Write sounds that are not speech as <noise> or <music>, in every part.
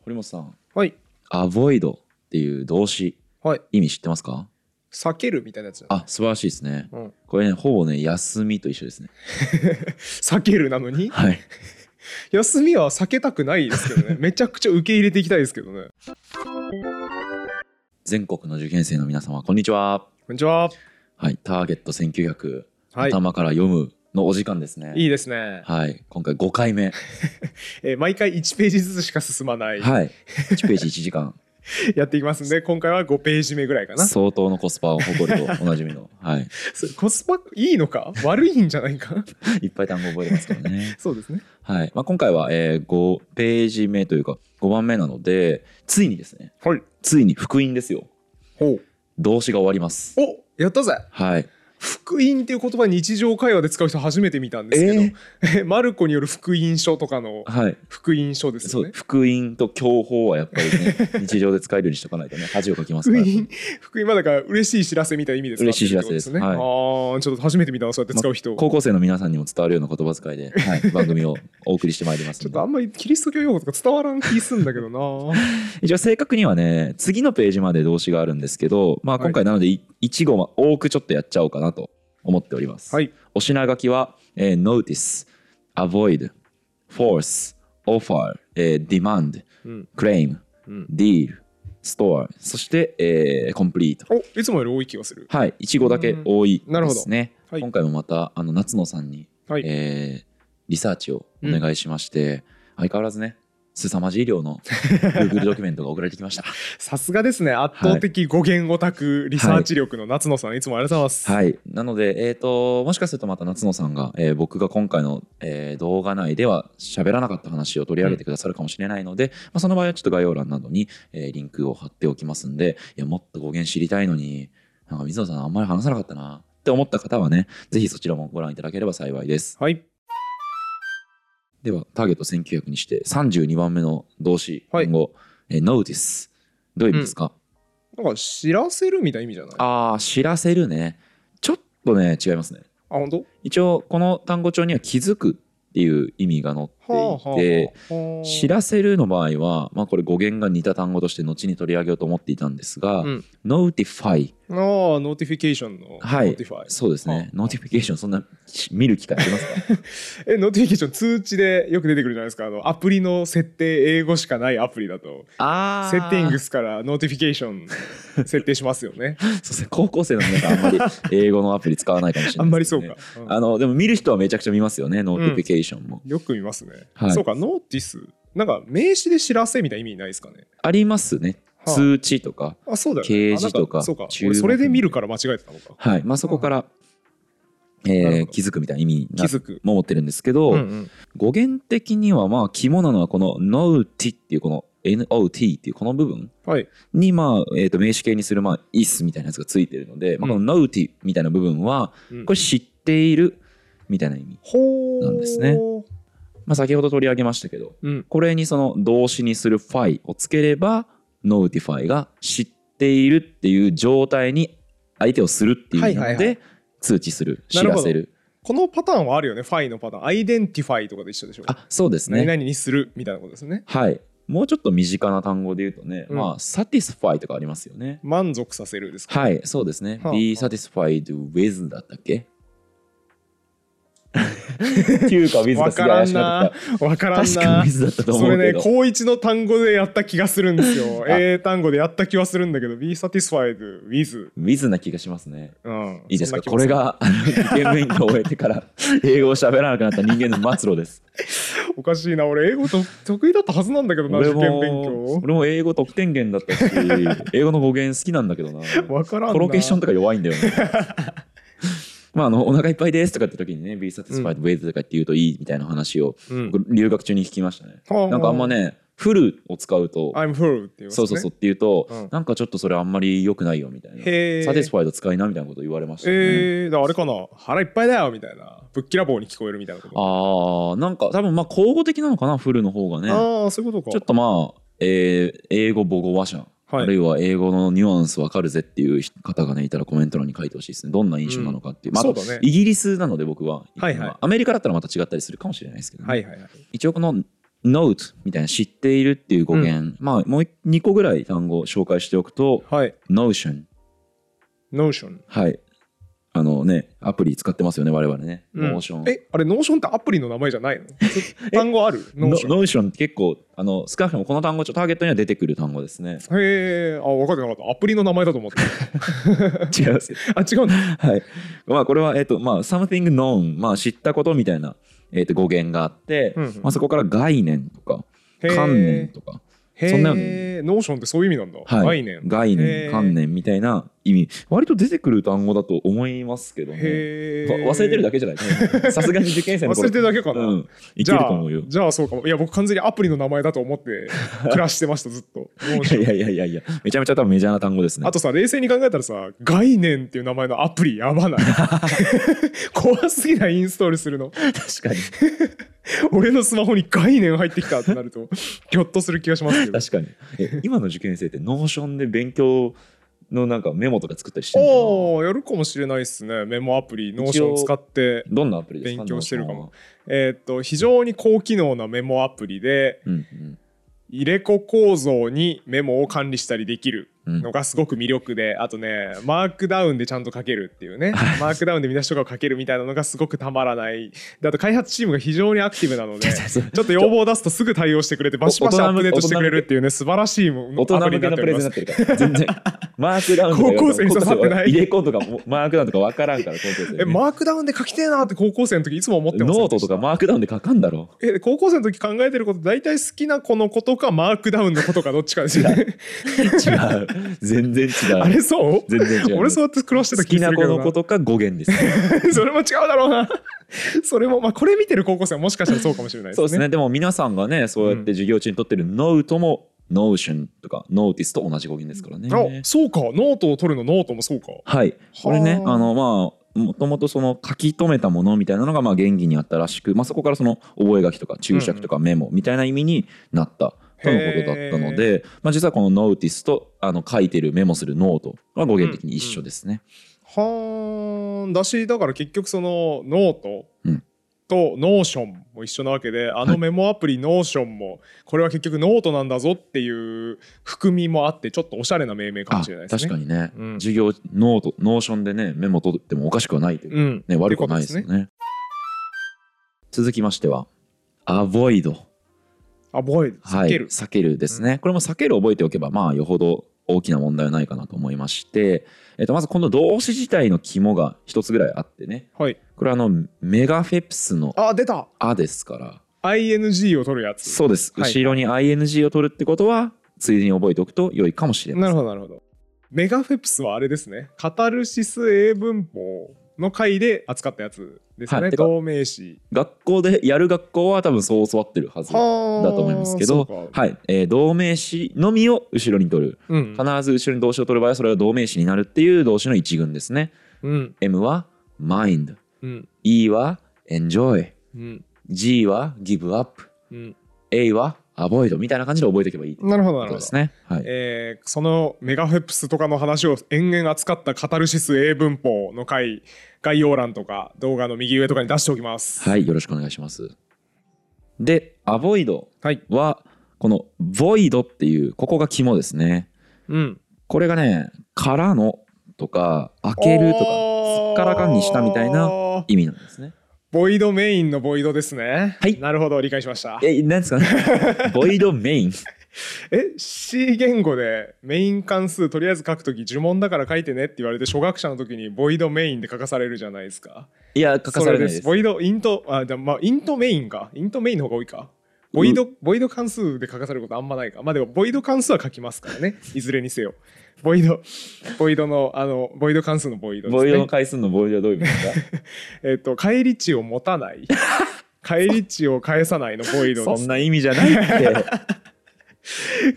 堀本さんはい。アボイドっていう動詞はい。意味知ってますか避けるみたいなやつじゃん。あ素晴らしいですねうん。これねほぼね休みと一緒ですね避けるなのにはい休みは避けたくないですけど <laughs> ね。めちゃくちゃ受け入れていきたいですけどね。全国の受験生の皆様こんにちはこんにちは。はいターゲット1900、はい。頭から読むのお時間ですねいいですね。はい今回5回目えー毎回1ページずつしか進まない。はい1ページ1時間やっていきますんで、今回は5ページ目ぐらい <laughs> かな。相当のコスパを誇るとおなじみ <laughs> のはいそうコスパいいのか悪いんじゃないかいっぱい単語覚えてますからねそうですね。はい、まあ、今回は、えー、5ページ目というか5番目なのでついにですねはい。ついに福音ですよほう。動詞が終わりますおやったぜはい福音っていう言葉日常会話で使う人初めて見たんですけど、マルコによる福音書とかのはい福音書ですそようね。福音と教法はやっぱりね <laughs> 日常で使えるようにしとかないとね恥をかきます福から音、福音はだから嬉しい知らせみたいな意味ですか嬉しい知らせですってことねああ、ちょっと初めて見たわ、そうやって使う人。高校生の皆さんにも伝わるような言葉遣い <laughs> で、はい、番組をお送りしてまいりますちょのっとあでんまりキリスト教用語とか伝わらん気すんだけどな。 <laughs> 一応正確にはね次のページまで動詞があるんですけど、まあ、はい今回なので1号は多くちょっとやっちゃおうかなと思っております、はい。お品書きは、えー notice、avoid、force、offer、えー demand、うん。 claim、うん。 deal、store、そして、えー complete。おいつもより多い気がする。はい、いちごだけ多いうんなるでほどすね。はい今回もまたあの夏野さんに、はいえーリサーチをお願いしまして、相変わらずね、凄まじい量 <laughs> の Google ドキュメントが送られてきました。さすがですね、圧倒的語源オタクリサーチ力の夏野さん、いつもありがとうございます。はい、なので、えー、ともしかするとまた夏野さんが、えー僕が今回の、えー動画内では喋らなかった話を取り上げてくださるかもしれないので、まあ、その場合はちょっと概要欄などに、えーリンクを貼っておきますんでいやもっと語源知りたいのになんか水野さんあんまり話さなかったなって思った方はねぜひそちらもご覧いただければ幸いですはい。ではターゲット1900にして32番目の動詞はい今後、えー Notice どういう意味ですか、なんか知らせるみたいな意味じゃないあ、ああ知らせるねちょっとね違いますね本当？は一応この単語帳には気づくっていう意味が載あはあっはていて、あはあ知らせるの場合は、まあ、これ語源が似た単語として後に取り上げようと思っていたんですが、うんノーティファイああ、ノーティフィケーションの。はいノーティファイ。そうですはあねノーティフィケーションそんなし見る機会ありますか <laughs> え、ノーティフィケーション通知でよく出てくるじゃないですか。あの、アプリの設定、英語しかないアプリだと、あ <laughs> セッティングスからノーティフィケーション設定しますよね。そうですね高校生の皆さんあんまり英語のアプリ使わないかもしれあないですね、んまりそうか。うんあのでも見る人はめちゃくちゃ見ますよねノーティフィケーションも、よく見ますね。はいそうか、ノーティス。なんか、名詞で知らせみたいな意味ないですかね。ありますねはあ通知とかあ、そうだよね。掲示あなんとかそうか。注目俺、それで見るから間違えてたのか。はいまあそこから、なるえほーど気づくみたいな意味に気なづく。も持ってるんですけど、うんうん語源的にはまあ肝なのはこの NOT っていうこの NOT っていうこの部分はい。にまあえーと名詞形にするまあ is みたいなやつがついてるので、まあ、この NOT みたいな部分はうんこれ知っているみたいな意味、ほーなんですねまあ、先ほど取り上げましたけどうん。これにその動詞にする fy をつければ notify が知っているっていう状態に相手をするっていう意味なのはいはいで通知するな知るほらどせるこのパターンはあるよね。ファイのパターン。アイデンティファイとかで一緒でしょ。あそうです何ね々にするみたいなことですね。はいもうちょっと身近な単語で言うとね、うんまあ satisfy とかありますよね満足させるですか。はい、そうですね。はあ be satisfied with だったっ <laughs> け ?9 か with がわすげかえら怪んしかなっ。わかた。らん確かな。 with だったとそ思うけれね、ど。。高一の単語でやった気がするんですよ <laughs> あ英単語でやった気はするんだけど、be satisfied with。 with な気がしますね。うん、いいですかそこんなれ気するがあの受験勉強を終えてから <laughs> 英語を喋らなくなった人間の末路です。おかしいな俺英語と得意だったはずなんだけどな俺受験も勉俺も英語得点源だったし、 <laughs> 英語の語源好きなんだけどな。強わからんなコロケーションとか弱いんだよ <laughs> ね。まあ、あのお腹いっぱいですとかって時にね、be satisfied with とかって言うといいみたいな話をうん僕留学中に聞きましたね。はなんかあんまね、フルを使うと、 I'm full って言いますそねうそうそうっていうと、うんなんかちょっとそれあんまり良くないよみたいな。へーサティスファイド使いなみたいなこと言われましたね。えー、だからあれかな腹いっぱいだよみたいなぶっきらぼうに聞こえるみたいなことああ、なんか多分まあ交互的なのかな、フルの方がね。ああそういうことかちょっとまあ、えー英語母語話者、はいあるいは英語のニュアンスわかるぜっていう方がね、いたらコメント欄に書いてほしいですね。どんな印象なのかっていう。まあ、そうだねイギリスなので僕は、はいはいアメリカだったらまた違ったりするかもしれないですけどね、はいはいはい一応この note みたいな知っているっていう語源、まあもう2個ぐらい単語を紹介しておくとはい。 notion Notion。はいあのねアプリ使ってますよね我々ね、うん notion え、あれ、Notion ってアプリの名前じゃないの <laughs> 単語あるノ ?Notion。ーションって結構あの少なくともこの単語ちょっとターゲットには出てくる単語です <laughs> ねへえ、あ、分かってなかった。アプリの名前だと思って <laughs> 違いますた。あ、違うんだ。はいまあこれはえっ、とまあ something known まあ知ったことみたいな、えっと語源があって、うんうんまあ、そこから概念とかへー観念とかへえ、そんなのノーションってそういう意味なんだ。はい概念。概へー念観念みたいな意味割と出てくる単語だと思いますけどねへえ。わ忘れてるだけけじゃ <laughs> ないさすがに受験生の忘頃れてるだけかな。うんいじけるゃとあ思うよじゃあそうかも。いや、僕完全にアプリの名前だと思 <laughs> って暮らしてました、ずっと。いやいやいやいやめちゃめちゃ多分メジャーな単語ですねあとさ、冷静に考えたらさ、概念っていう名前のアプリや <laughs> ばない。怖すぎない、インストールするの。確かに俺のスマホに概念入ってきたってなると、ぎょっとする気がしますけど。確かに <laughs> え今の受験生ってノーションで勉強のなんかメモとか作ったりしてるのかおお、やるかもしれないですね。メモアプリ、ノーション使って。などんなアプリですか勉強してるか Notion もはえーっと、非常に高機能なメモアプリで、うん入れ子構造にメモを管理したりできるうんうんのがすごく魅力であとねマークダウンでちゃんと書けるっていうねマークダウンで見出しとかを書けるみたいなのがすごくたまらないであと開発チームが非常にアクティブなの <laughs> でち <laughs> そうょっと要望を出すとすぐ対応してくれてバシバシアップデートしてくれるっていうね素晴らしいもの大人向けのプレゼンになってるから全 <laughs> 然マークダウンとか高校生に刺さってない入れ子とかもマークダウンとか分からんから高校生ねえマークダウンで書きてえなって高校生の時いつも思ってますノートとかマークダウンで書かんだろえ高校生の時考えてること大体好きな子のことかマークダウンのことかどっちかですよね違う全然違 <laughs> あうれそう全然違う俺そうやって苦労して好た気きがなするけ子どのことか語源ですね <laughs> それも違うだろうな。それも、まあ、これ見てる高校生はもしかしたらそうかもしれないですそうね。ですねでも皆さんがねそうやって授業中に取ってるノートもノーションとかノーティスと同じ語源ですからねあそうか、ノートを取るのノートもそうか。はい、これねはああのまあもともとその書き留めたものみたいなのがまあ原義にあったらしく、まあ、そこからその覚書きとか注釈とかメモみたいな意味になったとのことだったので、まあ、実はこのノーティスとあの書いてるメモするノートは語源的に一緒ですね。はーん、だし、だから結局そのノート。うんとノーションも一緒なわけであのメモアプリノーションもこれは結局ノートなんだぞっていう含みもあってちょっとおしゃれな命名かもしれないあです確ね。かにね、うん授業ノートノーションでねメモ取ってもおかしくはないという、うん、ね、悪くはないですよってこね。続きましては「アボイド」とですね。あ、ボイ避ける。はい、避けるですね、これも避ける覚えておけばまあよほど大きな問題はないかなと思いまして、えっとまずこの動詞自体の肝が一つぐらいあってねはい。これはあのメガフェプスのあ、出た。 「あ」ですから ING を取るやつ。そうです、はい後ろに ing を取るってことはついでに覚えておくと良いかもしれまなせんるほどなるほど。メガフェプスはあれですね。カタルシス英文法の回で扱ったやつですよね。はいてか同名詞。学校でやる学校は多分そう教わってるはずだはと思いますけど、はいえー動名詞のみを後ろに取るうん必ず後ろに動詞を取る場合はそれが動名詞になるっていう動詞の一群ですねうん。 M は mind うん。 E は enjoy、うん。 G は give up、うん。 A は avoid みたいな感じで覚えておけばいいってなるほどなことるほでど。すね。はい。えーそのメガフェプスとかの話を延々扱ったカタルシス英文法の回概要欄とか動画の右上とかに出しておきます。はい、よろしくお願いします。で、avoid はい。はこの void っていうここが肝ですね。うん。これがね、からのとか開けるとかすっからかんにしたみたいなな。意味なんですね。ボイドメインのボイドですね。はいなるほど理解しました。え、なん <laughs> ですかね ?void main。え C 言語でメイン関数とりあえず書くとき呪文だから書いてねって言われて初学者の時にボイドメインで書かされるじゃないですか。いや、書かされないです。ボイドイントあじゃあまあイントメインかイントメインの方が多いか。ボイドボイド関数で書かされることあんまないか。まあでもボイド関数は書きますからね。いずれにせよ。ボイドボイドのあのボイド関数のボイドですボね。イドの回数のボイドはどういう意味 <laughs> ですかえっと返り値を持たない。返り値を返さないのボイドでそすんな意味じゃないって。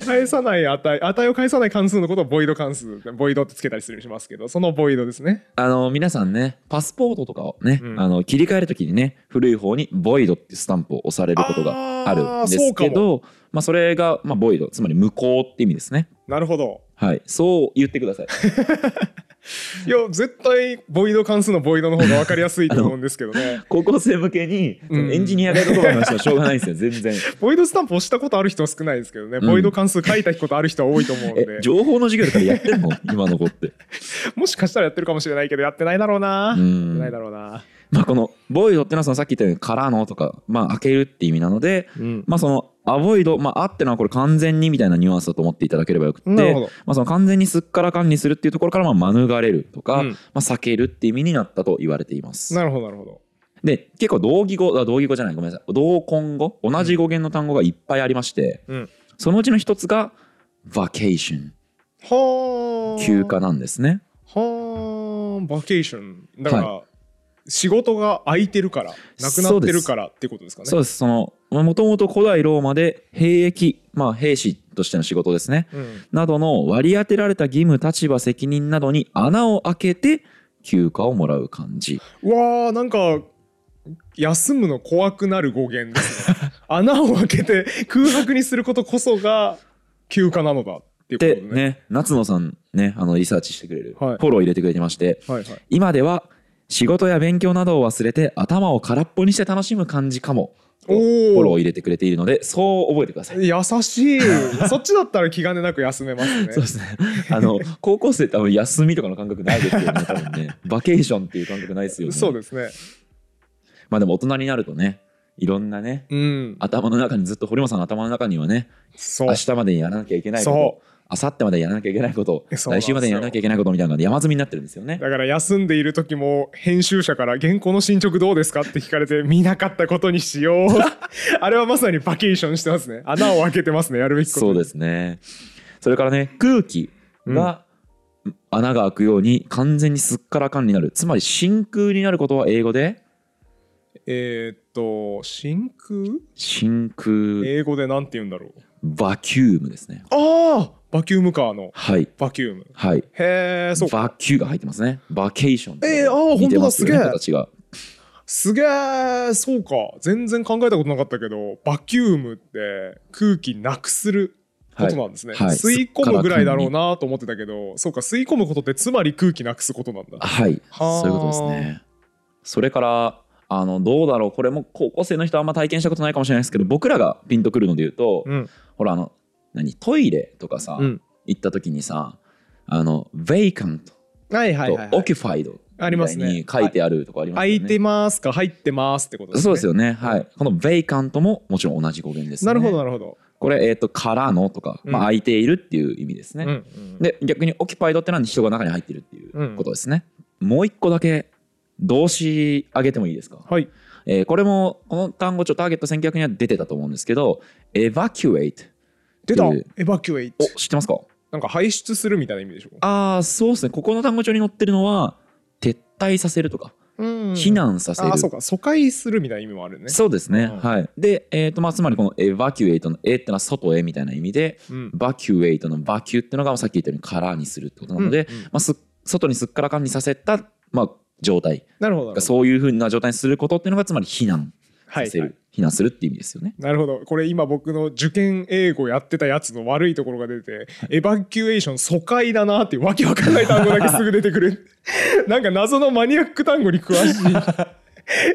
返さない値値を返さない関数のことをボイド関数ボイドってつけたりするしますけどそのボイドですねあの皆さんねパスポートとかをね、うんあの切り替えるときにね古い方に「ボイド」ってスタンプを押されることがあるんですけあーそどそ,、まあ、それが、まあ、ボイドつまり無効って意味ですねなるほど <laughs> はいそう言ってくださいいや絶対ボイド関数のボイドの方が分かりやすいと思うんですけど <laughs> ね高校生向けに、うんエンジニアがやることの話はしょうがないんですよ、全 <laughs> 然。ボイドスタンプ押したことある人は少ないですけどね、うんボイド関数書いたことある人は多いと思うんでえ、情報の授業とかやってんの今の子 <laughs> って。もしかしたらやってるかもしれないけどやってないだろううな、やってんないだろうな、まあこの「ボイド」ってのはそのさっき言ったように「からの」とか「まあ開ける」って意味なのでうん、まあその「アボイド」まあ「あ」ってのはこれ完全にみたいなニュアンスだと思っていただければよくってなるほどまあその完全にすっからかんにするっていうところからまあ免れるとか、うんまあ避けるって意味になったと言われています。なるほどなるほどで結構同義語あ同義語じゃないごめんなさい同根語同じ語源の単語がいっぱいありまして、うんそのうちの一つが「バケーションは」あ休暇なんですね。はあバケーションだから、仕事が空いてるからなくなってるからってことですかねそうですそのもともと古代ローマで兵役まあ兵士としての仕事ですねうんなどの割り当てられた義務立場責任などに穴を開けて休暇をもらう感じうわーなんか休むの怖くなる語源ですね穴を開けて空白にすることこそが休暇なのだっていうでことねね夏野さんねあのリサーチしてくれる、はいフォロー入れてくれてましてはいはい今では仕事や勉強などを忘れて頭を空っぽにして楽しむ感じかもおフォローおを入れてくれているのでそう覚えてください、優しい <laughs> そっちだったら気兼ねなく休めますねそうですね <laughs> あの高校生ってあの休みとかの感覚ないですよね多分 <laughs> ねバケーションっていう感覚ないですよねそうですねまあでも大人になるとねいろんなねうん頭の中にずっと堀本さんの頭の中にはねそう明日までにやらなきゃいけないこそと明後日までにやらなきゃいけないことそうな来んです週よまでにやらなきゃいけないことみたいなのが山積みになってるんですよね。だから休んでいる時も編集者から原稿の進捗どうですかって聞かれて見なかったことに <laughs> しようあれはまさにバケーションしてますね穴を開けてますねやるべきことそうですねそれからね空気が穴が開くように完全にすっからかんになるつまり真空になることは英語でえーっと真空真空英語でなんて言うんだろうバキュームですね。ああバキュームカーのはいバキュームはい。へえそうかバキューが入ってますね。バケーションえーあー似てますよね本当だす形げえが。すげえそうか全然考えたことなかったけどバキュームって空気なくするはこいとなんですね、はいはい吸い込むぐらいだろうなと思ってたけどそうか吸い込むことってつまり空気なくすことなんだはい、はあそういうことですね。それからあのどうだろうこれも高校生の人はあんま体験したことないかもしれないですけど僕らがピンとくるので言うと、うんほらあの何トイレとかさ、うん行った時にさあの「ベイカント」はいはと「オキュファイド」ありますねに書いてあるとこあります開よいてね。ますか入ってますってことですねそうですよね、はい、この「ベイカント」ももちろん同じ語源です、ね、なるほどなるほど、これ、えーと「からの」とか、まあう、ん空いているっていう意味ですね、うんうんで逆に「オキュパイド」ってのは人が中に入ってるっていうことですね、もう一個だけ動詞あげてもいいですかはいえーこれもこの単語ちょっとターゲット戦略には出てたと思うんですけど「evacuate 出たえーエバキュエイ」トお知ってますかなんか排出するみたいな意味でしょああそうですねここの単語帳に載ってるのは撤退させるとかうん避難させる、あそうか疎開するみたいな意味もあるねそうですね、うんはいで、えーとまあ、つまりこの「evacuate」の「え」ってのは外へみたいな意味でう「ん vacuate」の「vacu」ってのがさっき言ったように空にするってことなので、うんうんまあ、す外にすっからかんにさせた、まあ、状態なるほどなるほどそういうふうな状態にすることっていうのがつまり避難はさいせる、はい避難するっていう意味ですよねなるほどこれ今僕の受験英語やってたやつの悪いところが出て <laughs> エバキュエーション疎開だなっていうわけわかんない単語だけすぐ出てくる <laughs> なんか謎のマニアック単語に詳しい <laughs>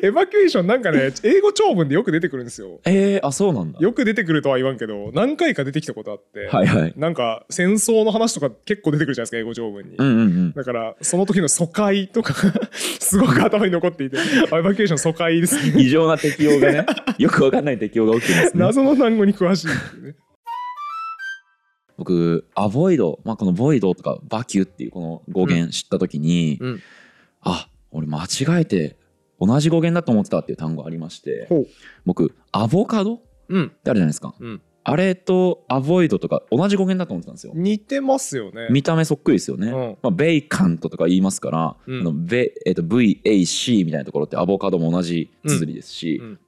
エバキュエーションなんかね英語長文でよく出てくるんですよえー、あそうなんだよく出てくるとは言わんけど何回か出てきたことあって、はいはいなんか戦争の話とか結構出てくるじゃないですか英語長文に、うんうんうんだからその時の疎開とか <laughs> すごく頭に残っていてあエバキュエーション疎開ですね異常な適応 <laughs> がねよくわかんない適応が起きてますね謎の単語に詳しいっていうね僕アボイド、まあ、このボイドとかバキュっていうこの語源知った時に、うんあ俺間違えて同じ語源だと思ってたっていう単語ありまして <laughs> ほう僕アボカドっうんてあるじゃないですか、うんあれとアボイドとか同じ語源だと思ってたんですよ似てますよね。見た目そっくりですよね、うんまあ、ベイカントとか言いますから、うんあのベえっと VAC みたいなところってアボカドも同じ綴りですし、うんうん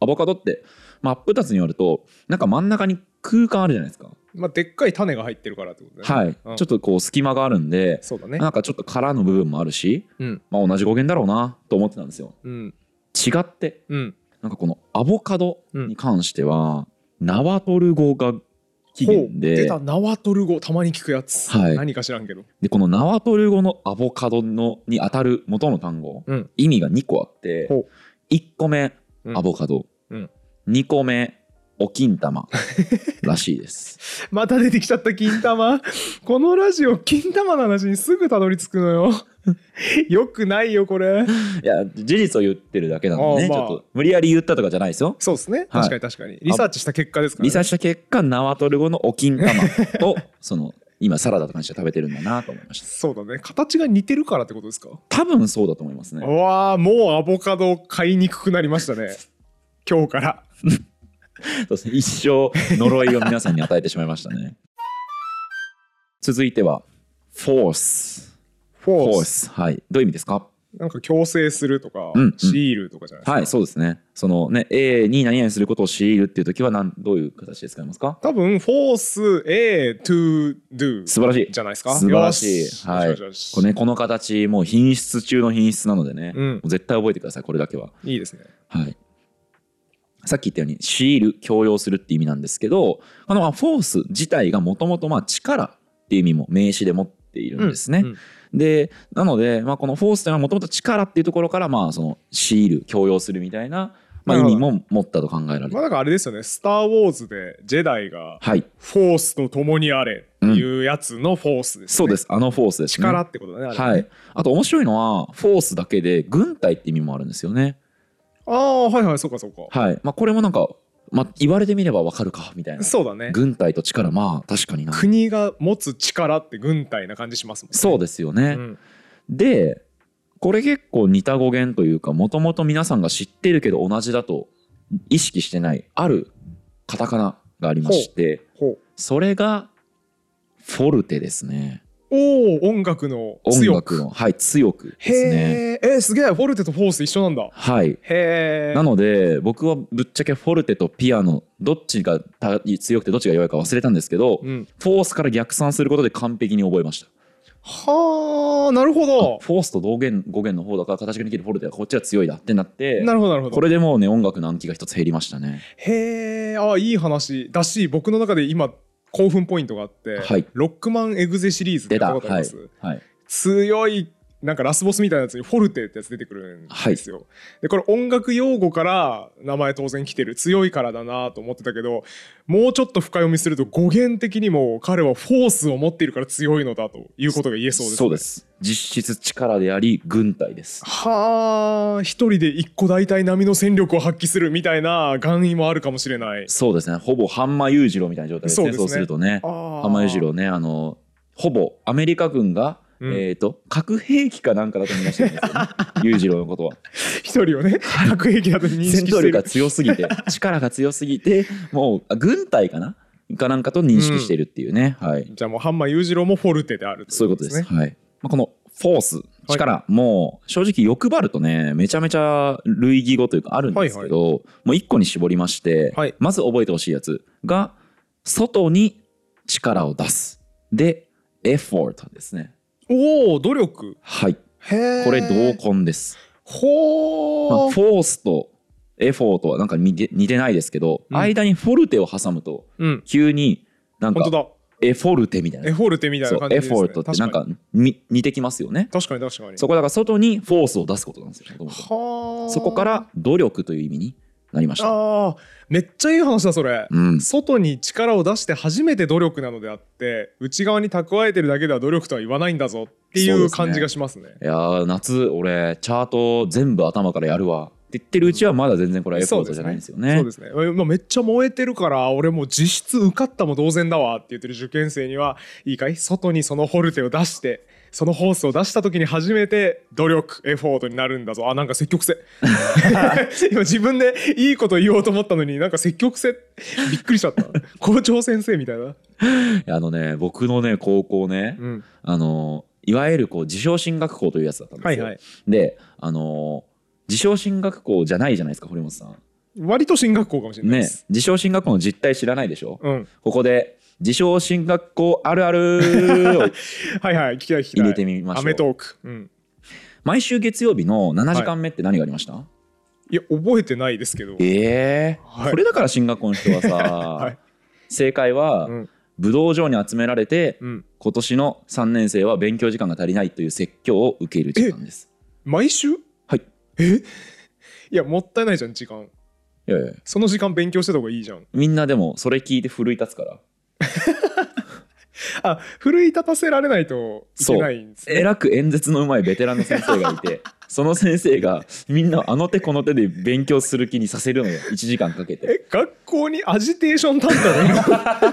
アボカドって真っ二つによるとなんか真ん中に空間あるじゃないですか、まあ、でっかい種が入ってるからってことだね。はい、うんちょっとこう隙間があるんでそうだね。なんかちょっと殻の部分もあるし、うんまあ、同じ語源だろうなと思ってたんですようん。違ってうん。なんかこのアボカドに関しては、ナワトル語が起源ほう出でた縄トル語たまに聞くやつ、はい何か知らんけどでこのナワトル語のアボカドのに当たる元の単語、うん意味が2個あってほう1個目うんアボカド、うん2個目お金玉らしい <laughs> ですまた出てきちゃった金玉 <laughs> このラジオ金玉の話にすぐたどり着くのよ <laughs> よくないよこれいや事実を言ってるだけなのでね、あーまあちょっと無理やり言ったとかじゃないですよそうですねはい確かに確かに、リサーチした結果ですから、ね、リサーチした結果ナワトル語のお金玉 <laughs> をその今サラダとかにして食べてるんだなと思いましたそうだね形が似てるからってことですか、多分そうだと思いますうねわあもうアボカド買いにくくなりました <laughs> ね今日からそうですね一生呪いを皆さんに与えてしまいましたね続いてはフォースフフォォーーススはいどういう意味ですかなんか強制するとか、うんうんシールとかじゃないですか、はいそうですねそのね A に何々することを強いるっていう時はなんどういう形で使いますか多分フォース A to do 素晴らしいじゃないですか素晴らしいよしはいよしよしこれねこの形もう品質中の品質なのでね、うんもう絶対覚えてくださいこれだけはいいですねはい、さっき言ったように強いる強要するって意味なんですけどあのまあフォース自体がもともとまあ力っていう意味も名詞で持っているんですね。うんうんでなので、まあ、このフォースというのはもともと力っていうところからまあその強いる強要するみたいな、まあ、な意るほど味も持ったと考えられる。まあなんかあれですよね「スター・ウォーズ」でジェダイがはい「フォースと共にあれ」っていうやつのフォースです、ねそうですあのフォースですね。力ってことだねあれねはい、あと面白いのはフォースだけで軍隊って意味もあるんですよね。ああはいはいそうかそうか、はいまあ、これもなんか、まあ、言われてみればわかるかみたいなそうだね軍隊と力まあ確かにな国が持つ力って軍隊な感じしますもんねそうですよね。うんでこれ結構似た語源というかもともと皆さんが知ってるけど同じだと意識してないあるカタカナがありましてほうそれがフォルテですねおお音楽の音強楽くのはい強くへですねええー、すげえフォルテとフォース一緒なんだはいへえなので僕はぶっちゃけフォルテとピアノどっちがた強くてどっちが弱いか忘れたんですけど、うん、フォースから逆算することで完璧に覚えましたはあなるほどフォースと同源語源の方だから形ができるフォルテはこっちが強いだってなってなるほどなる <laughs> ほどこれでもうね音楽の暗記が一つ減りましたねへえあいい話だし僕の中で今興奮ポイントがあって、はいロックマンエグゼシリーズって出やったたことありはまいす、はい強いなんかラスボスみたいなやつにフォルテってやつ出てくるんですよ、でこれ音楽用語から名前当然来てる強いからだなと思ってたけどもうちょっと深読みすると語源的にも彼はフォースを持っているから強いのだということが言えそうです、ね、そうです実質力であり軍隊ですはあ一人で一個大体並みの戦力を発揮するみたいな願意もあるかもしれないそうですねほぼ半間裕次郎みたいな状態ですねそうでそうすねするとねあ半間裕次郎ねあのほぼアメリカ軍が、うんえっ、と核兵器かなんかだと見なしてるんです <laughs> よね裕次郎のことは一人をね核兵器だと認戦識し闘て力がる強すぎて力が強すぎてもうあ軍隊かなかなんかと認識してるっていうね、はいじゃあもうハンマー裕次郎もフォルテであるそういうことです。ねはい。まあ、このフォース、力、もう正直欲張るとね、めちゃめちゃ類義語というかあるんですけど、もう一個に絞りまして、はいまず覚えてほしいやつが、外に力を出す。で、エフォートですね。おお努力はい。へえこれ同根です。まほあ、うフォースとエフォートはなんか似て似てないですけど、うん間にフォルテを挟むと、うん急になん本当かだエフォルテみたいエな。フォルテみたいそなう感じエです、フね、ォルトってなんかに似てきますよね。確かに確かにそ確こだから外にフォースを出すことなんですよ。元々かにはあそこから努力という意味になりました。あーめっちゃいい話だそれ、うん、外に力を出して初めて努力なのであって内側に蓄えてるだけでは努力とは言わないんだぞっていそうでうすね感じがしますねいやー夏俺チャート全部頭からやるわって言ってるうちはまだ全然これはエフォートじゃないんですよね。そうですね、まあ、めっちゃ燃えてるから俺もう実質受かったも同然だわって言ってる受験生にはいいかい外にそのフォルテを出してそのホースを出した時に初めて努力エフォートになるんだぞあなんか <laughs> 積極性今自分でいいこと言おうと思ったのになんか積極性びっくりしちゃった校長先生みたいな、いやあのね僕のね高校ね、うん、あのーいわゆるこう自称進学校というやつだったんではすいよ。はいであのー自称進学校じゃないじゃないですか堀本さん。割と進学校かもしれないでねす、自称進学校の実態知らないでしょ、うんここで自称進学校あるあるーをはいはい聞きたい聞きたい入れてみましょう <laughs> アメトーク、うん、毎週月曜日の7時間目って何がありました、いや覚えてないですけどええはいこれだから進学校の人はさ、はい正解は、うん武道場に集められてうん、今年の3年生は勉強時間が足りないという説教を受ける時間です毎週はいえ <laughs> いやもったいないじゃん時間いやいやその時間勉強してた方がいいじゃんみんなでもそれ聞いて奮い立つからあ奮い立たせられないといけないんですねえらく演説のうまいベテランの先生がい <laughs> てその先生がみんなをあの手この手で勉強する気にさせるのよ1時間かけてえ学校にアジテーション担当なの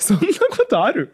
<laughs> そんなことある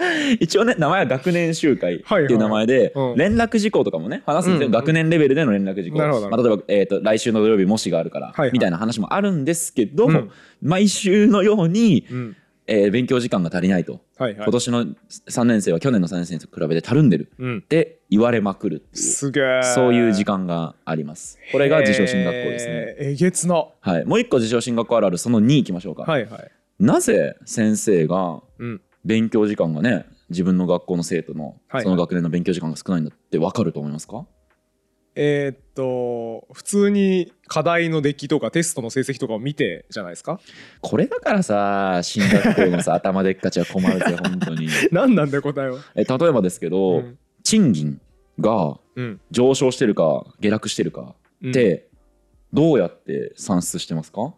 <laughs> 一応ね名前は学年集会ってはいはいいう名前でうん連絡事項とかもね話すんですよ、うん学年レベルでの連絡事項、なるほどまあ、例えば、えー、と来週の土曜日模試があるから、はいはいみたいな話もあるんですけど、うん毎週のように、うんえー勉強時間が足りないと、はいはい今年の3年生は去年の3年生と比べてたるんでるうんって言われまくるっていうすげえそういう時間がありますこれが自称進学校ですねへええげつなははい、もう一個自称進学校あるあるその2いきましょうか、いはいなぜ先生がうん勉強時間がね自分の学校の生徒のはいその学年の勉強時間が少ないんだって分かると思いますか、えーっと普通に課題の出来とかテストの成績とかを見てじゃないですかこれだからさ進学校 <laughs> のさ頭でっかちは困るぜ本当に何なんだよ答えはえ例えばですけど、うん賃金がうん上昇してるか下落してるかうんってどうやって算出してますか、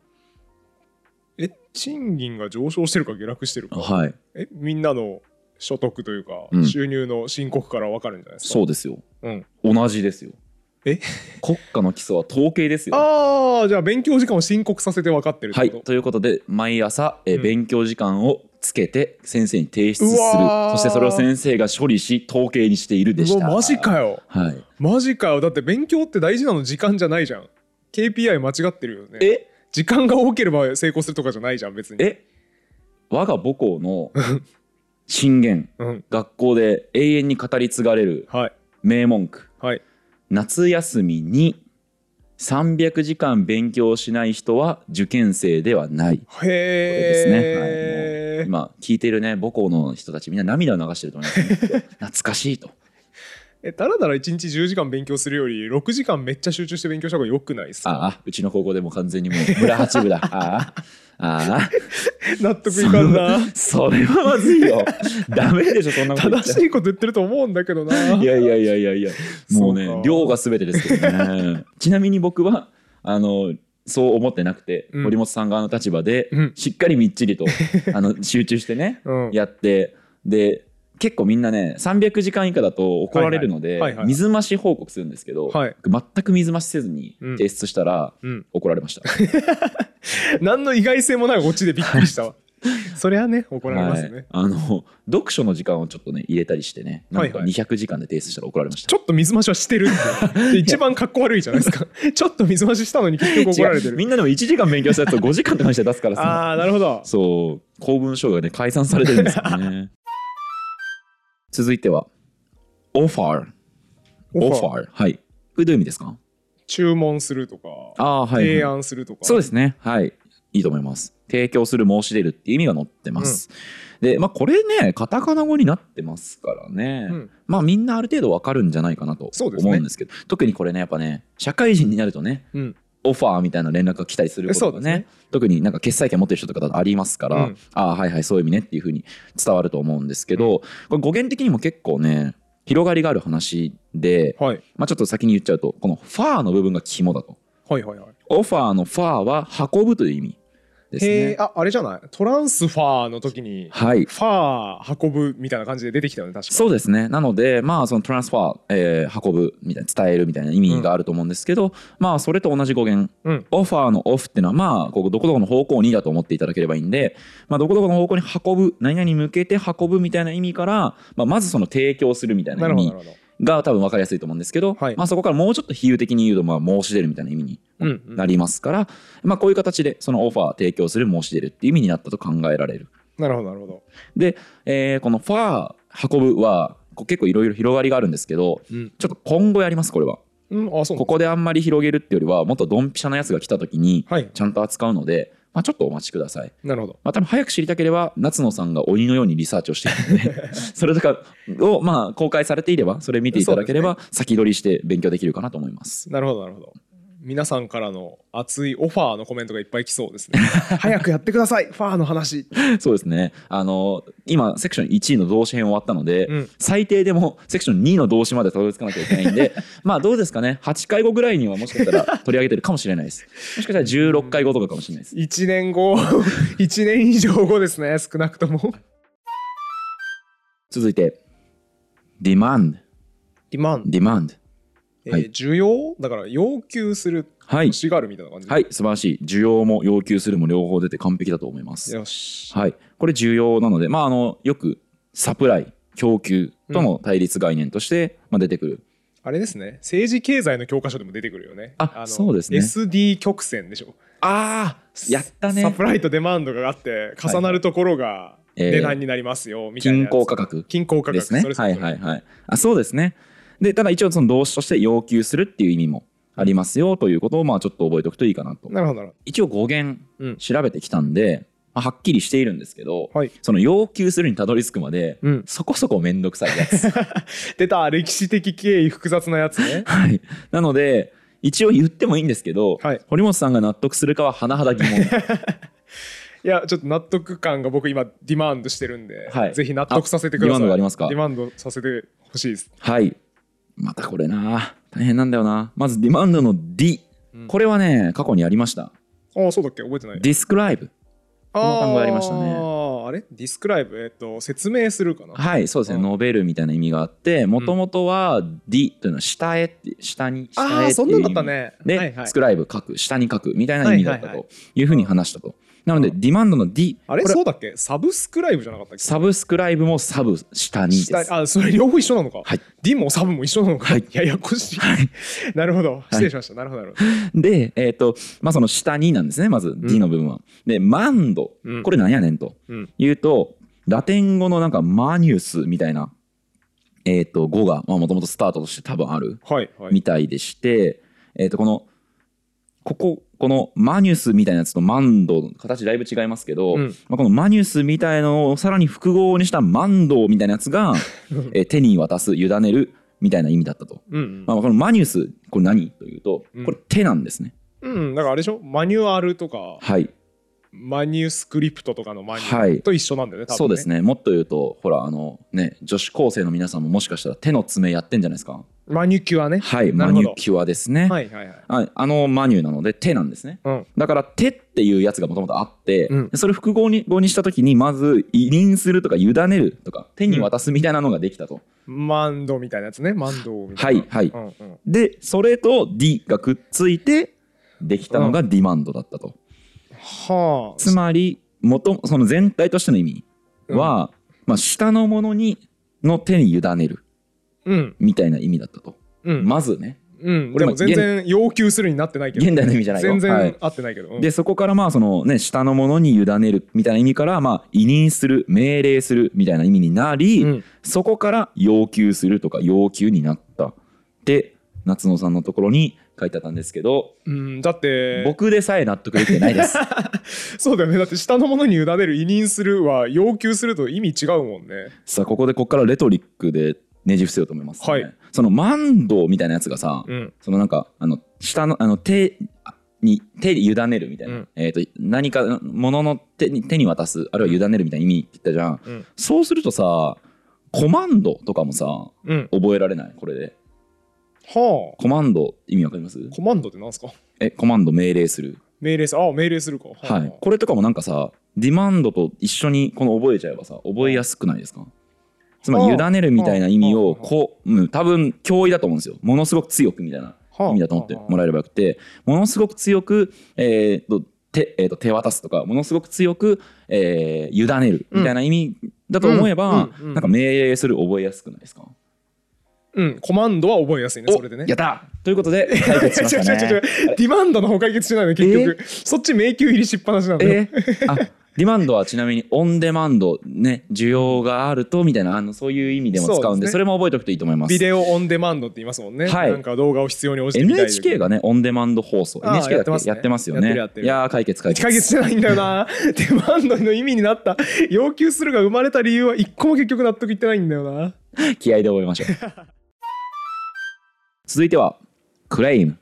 え賃金が上昇してるか下落してるかはいえみんなの所得というか、うん収入の申告から分かるんじゃないですかそうですよ、うん同じですよえ <laughs> 国家の基礎は統計ですよああじゃあ勉強時間を申告させて分かってるってはい、こと、ということで毎朝、えーうん勉強時間をつけて先生に提出するうわーそしてそれを先生が処理し統計にしているでしうたわマジかよはい、マジかよだって勉強って大事なの時間じゃないじゃん KPI 間違ってるよねえ時間が多ければ成功するとかじゃないじゃん別にえ我が母校 <laughs> の震源うん学校で永遠に語り継がれるはい名文句はい夏休みに300時間勉強しない人は受験生ではないこれへえ、ですねはいもう今聞いてるね母校の人たちみんな涙を流してると思います <laughs> ね、懐かしいとえただただ1日10時間勉強するより6時間めっちゃ集中して勉強した方がよくないですかああ、うちの高校でも完全にもう村八 <laughs> 部だ。ああ、ああ、納得いかんなそれはまずい <laughs> よ。ダメでしょ、そんなこと言っ正ちしいこと言ってると思うんだけどなゃ。いやいやいやいやいや、もうねそうか、量が全てですけど <laughs> ね。ちなみに僕は、あの、そう思ってなくて、うん堀本さん側の立場で、うんしっかりみっちり <laughs> とあの集中してね、うんやって、で、結構みんなね300時間以下だと怒られるので、はいはいはいはい水増し報告するんですけど、はい全く水増しせずにうん提出したらうん怒られました。何の意外性もないオチでびっくりした <laughs> わそりゃね怒られますね、はい、あの読書の時間をちょっとね入れたりしてねなんかはいはい200時間で提出したら怒られました、ちょっと水増しはしてるっ <laughs> てで一番かっこ悪いじゃないですかちょっと水増ししたのに結局怒られて違うるみんなでも1時間勉強したやつを5時間とかにして出すからさ <laughs> ああーなるほどそう公文書がね解散されてるんですよ <laughs> ね続いてはオファーオファーはいこれどういう意味ですか注文するとかああーはい、はい提案するとか、そうですね。はい。いいと思います。提供する、申し出るっていう意味が載ってます。で、まあ、これね、カタカナ語になってますからね、うんまあ、みんなある程度わかるんじゃないかなとそうですね思うんですけど、特にこれね、やっぱね、社会人になるとね、うんオファーみたいな連絡が来たりすることがそうですね特になんか決済権持ってる人とかだとありますから、うんああはいはいそういう意味ねっていうふうに伝わると思うんですけど、これ語源的にも結構ね広がりがある話で、はいまあ、ちょっと先に言っちゃうとこの「ファー」の部分が肝だと。はいはいはいオファーのファーは運ぶという意味ですへえね。ああれじゃないトランスファーの時にはい。ファー運ぶみたいな感じで出てきたよね確かそうですね。なので、まあ、そのトランスファー、えー運ぶみたいな、伝えるみたいな意味があると思うんですけど、まあ、それと同じ語源、うんオファーのオフっていうのは、まあ、ここどこどこの方向にだと思っていただければいいんで、まあ、どこどこの方向に運ぶ、何々に向けて運ぶみたいな意味から、まあ、まずその提供するみたいなな意るほど味なるほどが多分分かりやすいと思うんですけど、はいまあ、そこからもうちょっと比喩的に言うと、まあ、申し出るみたいな意味にうんうんなりますから、まあ、こういう形で、そのオファー、提供する、申し出るっていう意味になったと考えられる。なるほどなるほどで、えーこのファー運ぶはこう結構いろいろ広がりがあるんですけどうん、ちょっと今後やりますこれはうん、あそこうなんだこであんまり広げるってよりはもっとドンピシャなやつが来た時にはいちゃんと扱うので、まあ、ちょっとお待ちください、なるほどまあ、多分早く知りたければ夏野さんが鬼のようにリサーチをしてるの <laughs> でそれとかをまあ公開されていればそれ見ていただければ先取りして勉強できるかなと思いますなるほどなるほど皆さんからの熱いオファーのコメントがいっぱい来そうですね早くやってくださいファーの話そうですね。あの、今、セクション1位の動詞編終わったので、うん最低でもセクション2の動詞までたどり着かなきゃいけないん <laughs> で、まあどうですかね、8回後ぐらいにはもしかしたら取り上げてるかもしれないです。もしかしたら16回後とかかもしれないです。 1年 <laughs> 後1年以上後ですね少なくとも続いて、demand、ディマン demand。えーはい需要だから要求するはい欲。しがるみたいな感じ、はい、素晴らしい。需要も要求するも両方出て完璧だと思います。よしはい。これ重要なので、まああの、よくサプライ、供給との対立概念として、まあ、出てくるあれですね政治経済の教科書でも出てくるよねあのそうですね SD 曲線でしょああやったサねプライとデマンドがあって重なるところがえー値段になりますよ、みたいな均やつ衡価格均衡価格ですねそれそはれいはいはいあそうですねでただ一応その動詞として要求するっていう意味もありますよということをまあちょっと覚えておくといいかなとなるほどなるほ一応語源うん調べてきたんで、まあ、はっきりしているんですけど、どはい、その要求するにたどり着くまで、うん、そこそこ面倒くさいや <laughs> つ出た歴史的経緯複雑なやつねはいなので一応言ってもいいんですけど、 <laughs> はい堀本さんが納得するかは甚だ疑 <laughs> 問いやちょっと納得感が僕今ディマンドしてるんで、はいぜひ納得させてくださいあディマンドがありますかディマンドさせてほしいですはいまたこれな大変なんだよなまずディマンドの「D うん」これはね過去にありましたああそうだっけ覚えてない describe あの単語ありましたねーあれディスクライブえっと説明するかなはいそうですね、うんノベルみたいな意味があってもともとは「D」というのは下へって下にあ下へあってそいんなうん意だっ味たねで、はいはいスクライブ書く下に書くみたいな意味だったはいはいというふうに話したと、なので、うディマンドの「D」あれこそうだっけサブスクライブじゃなかったっけサブスクライブもサブ下にです下あそれ両方一緒なのか、はい、ディもサブも一緒なのか、はいややこしい、なるほど失礼しました、なるほどなるほでえっ、とまあその下になんですねまず D の部分は、でマンドど、うんこれなんやねんとうんいうと、ラテン語のなんかマニュスみたいなえっ、と語がもともとスタートとして多分あるはいはいみたいでして、えー、とこのこここのマニュスみたいなやつとマンド形だいぶ違いますけど、うんまあ、このマニュスみたいのをさらに複合にしたマンドみたいなやつが、えー手に渡す委ねるみたいな意味だったと、うんうんまあ、このマニュスこれ何というとうんこれ手なんですね、うん、だからあれでしょマニュアルとかはいマニュースクリプトとかのマニュアはいルと一緒なんだよね、多分そうですねもっと言うとほらあのね女子高生の皆さんももしかしたら手の爪やってんじゃないですかマニュキュアねはいマなるほニどュキュアですね、はいはいはいああのマニューなので手なんですね、うんだから手っていうやつがもともとあって、うんそれ複合に語にした時にまず委任するとか委ねるとか手に渡すみたいなのができたと、マンドみたいなやつねマンドみたはいいなはい、うんうんでそれと D がくっついてできたのがディマンドだったと、はあつまり元その全体としての意味は、まあ、下のものにの手に委ねるうんみたいな意味だったと、うん、まずねうん、こでれもも全然要求するになってないけど現代の意味じゃないよ全はい然合ってないけど、うんでそこからまあそのね下の者に委ねるみたいな意味からまあ委任する命令するみたいな意味になり、うんそこから要求するとか要求になったって夏野さんのところに書いてあったんですけど、うん、だって僕でさえ納得できてないです <laughs> そうだよねだって下の者に委ねる委任するは要求すると意味違うもんねさあここでここからレトリックでねじ伏せようと思います、ねはいその万道みたいなやつがさ、うんそのなんかあの下のあの手に手に委ねるみたいな、うんえー、と何か物の手に手に渡すあるいは委ねるみたいな意味って言ったじゃん、うんそうするとさコマンドとかもさうん覚えられないこれではコマンド意味わかりますあコマンドってなんすかえコマンド命令する命令するあ命令するかあはいこれとかもなんかさディマンドと一緒にこの覚えちゃえばさ覚えやすくないですかつまりはあ委ねるみたいな意味をはあこう、うん、多分脅威だと思うんですよものすごく強くみたいなはあ意味だと思ってもらえればよくてものすごく強く、えーと手えーと手渡すとかものすごく強く、えー委ねるみたいな意味だと思えば、うんうんうんなんか命令する覚えやすくないですか、うんコマンドは覚えやすいねおそれでねやったということで解 <laughs> 決しました <laughs> 違う違う違う違うね。ディマンドの方解決しないの結局、そっち迷宮入りしっぱなしなんだよ、えーあディマンドはちなみにオンデマンドね需要があるとみたいなあのそういう意味でも使うんでそうそですねれも覚えておくといいと思いますビ。デオオンデマンドって言いますもんね、はいなんか動画を必要に応じて見たい NHK がねオンデマンド放送あー NHK やだってまっすけねやってますよね。やってるやってるいやー解決解決解 <laughs> 決してないんだよな <laughs> ディマンドの意味になった要求するが生まれた理由は一個も結局納得いってないんだよな <laughs> 気合で覚えましょう。続いてはクレイム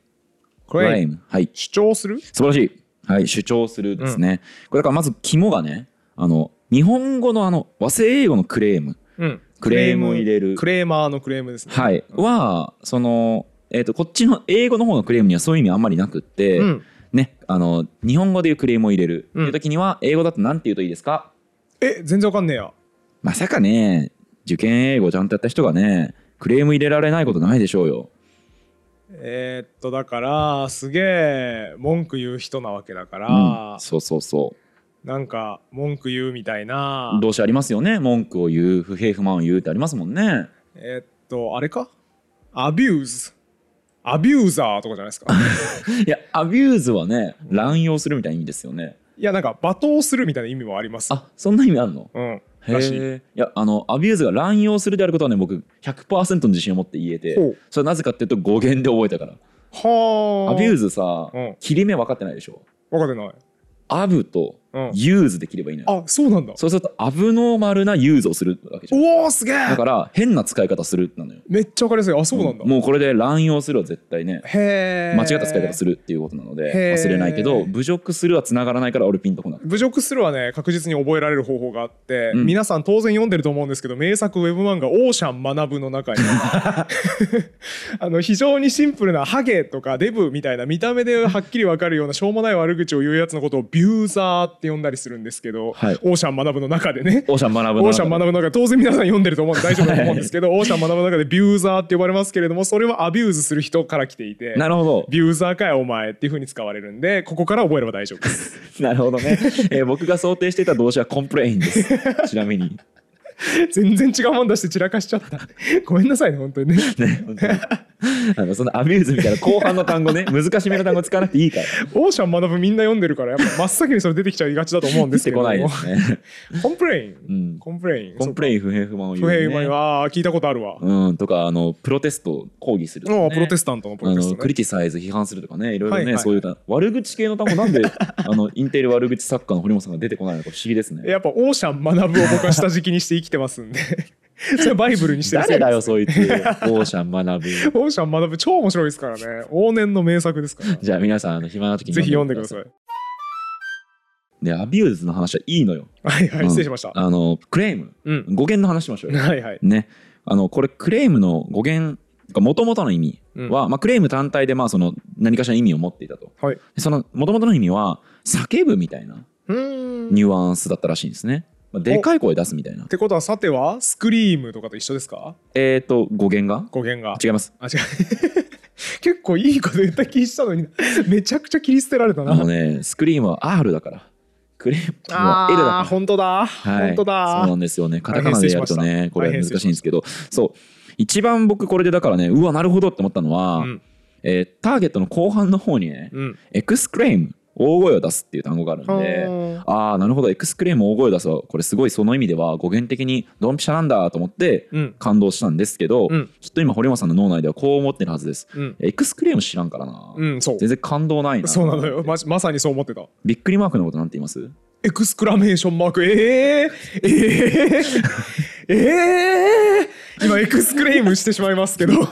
claim claim はい主張する素晴らしい、はい、主張するですね、これだからまず肝がねあの日本語のあの和製英語のクレームうんクレームを入れるクレーマーのクレームですねはい、はその、えー、とこっちの英語の方のクレームにはそういう意味あんまりなくって、うんね、あの日本語でいうクレームを入れるってうんいう時には英語だと何て言うといいですか、え全然わかんねえやまさかね受験英語ちゃんとやった人がねクレーム入れられないことないでしょうよえーっとだからすげえ文句言う人なわけだかうんら、そうそうそなんか文句言うみたいなう動詞ありますよね文句を言う不平不満を言うってありますもんねえーっとあれかアビューズアビューザーとかじゃないですか <laughs> いやアビューズはね乱用するみたいな意味ですよねいやなんか罵倒するみたいな意味もありますあそんな意味あるのうんへらしいーいやあのアビューズが乱用するであることはね僕100%の自信を持って言えてほうそれはなぜかっていうと語源で覚えたからはあアビューズズさ、うん切り目分かってないでしょ分かってないアブとうんユーズで切ればいいのよ、あそうなんだそうするとアブノーマルなユーズをするわけじゃんおおすげえだから変な使い方するなのよめっちゃわかりやすいあそうなんだ、もうこれで乱用するは絶対ねへえ間違った使い方するるっていうことなのでへー忘れないけど侮辱するは繋がらないから俺ピンとこない侮辱するはね確実に覚えられる方法があって、うん皆さん当然読んでると思うんですけど名作ウェブ漫画「オーシャン学ぶ」の <laughs> 中にあの非常にシンプルなハゲとかデブみたいな見た目ではっきりわかるようなしょうもない悪口を言うやつのことをビューザーって呼んだりするんですけど、はいオーシャン学ぶの中でねオーシャン学ぶのオーシャン学ぶの中で当然皆さん読んでると思うんで大丈夫だと思うんですけど、オーシャン学ぶの中でビューザーって呼ばれますけれどもそれはアビューズする人から来ていてなるほどビューザーかいお前っていうふうに使われるんでここから覚えれば大丈夫です。なるほどね、えー僕が想定していた動詞はコンプレインですちなみに全然違うもん出して散らかしちゃった。ごめんなさいね、本当にね。ね、本当にあのそのアミューズみたいな後半の単語ね難しめの単語使わなくていいからオーシャン学ぶみんな読んでるから、やっぱ真っ先にそれ出てきちゃいがちだと思うんで出すけてれどこも。ないですね、コンプレイうン。ん、コンプレイン。コンプレイン不平不満を言、そううね、不平不満はあー聞いたことあるわ。うんとかあのプロテストを抗議するとか、あねあ、プロテスタントのプロあテスのトクリね。ティサイズ批判するとかねいろいろね、はいはいはいそういうた悪口系の単語なん <laughs> であのインテリ悪口作家の堀本さんが出てこないのか不思議ですねやっぱオーシャン学ぶを僕は下敷きにして生きてます <laughs> んで。それバイブルにしてるせい誰でだすよそいつオーシャン学ぶ <laughs> オーシャン学ぶ超面白いですからね。往年の名作です <laughs> から。ぜじゃあ皆さんあの暇な時にひ読んでください。でアビューズの話はいいのよはいはうんい、失礼しました。あのクレームうん。語源の話しましょうよはいはい。ね、あのこれクレームの語源もともとの意味は、まあ、クレーム単体でまあその何かしら意味を持っていたと、はいでそのもともとの意味は叫ぶみたいなうーん。ニュアンスだったらしいんですね、まあ、でかい声出すみたいなってことは、さては、スクリームとかと一緒ですかえっ、と語源が語源が。違いますあ違う <laughs> 結構いいこと言った気したのにめちゃくちゃ切り捨てられたなあのねスクリームは R だからクレームは L だあかあら本当だ、はい、そう本当なだんですよねカタ大カ変ナで失礼しやまるしたとねこれ大変難失礼しいんですけどそう一番僕これでだからねうわなるほどって思ったのは、うんえーターゲットの後半の方にね、うんエクスクレーム大声を出すっていう単語があるんではああなるほどエクスクレーム大声を出すはこれすごいその意味では語源的にドンピシャなんだと思ってーうん感動したんですけど、うんきっと今堀本さんの脳内ではこう思ってるはずですうんエクスクレーム知らんからな、うんそう全然感動ないなそうなのよまじまさにそう思ってたびっくりマークのことなんて言いますエクスクラメーションマークえー、えー、えー、今エクスクレームしてしまいますけど <laughs>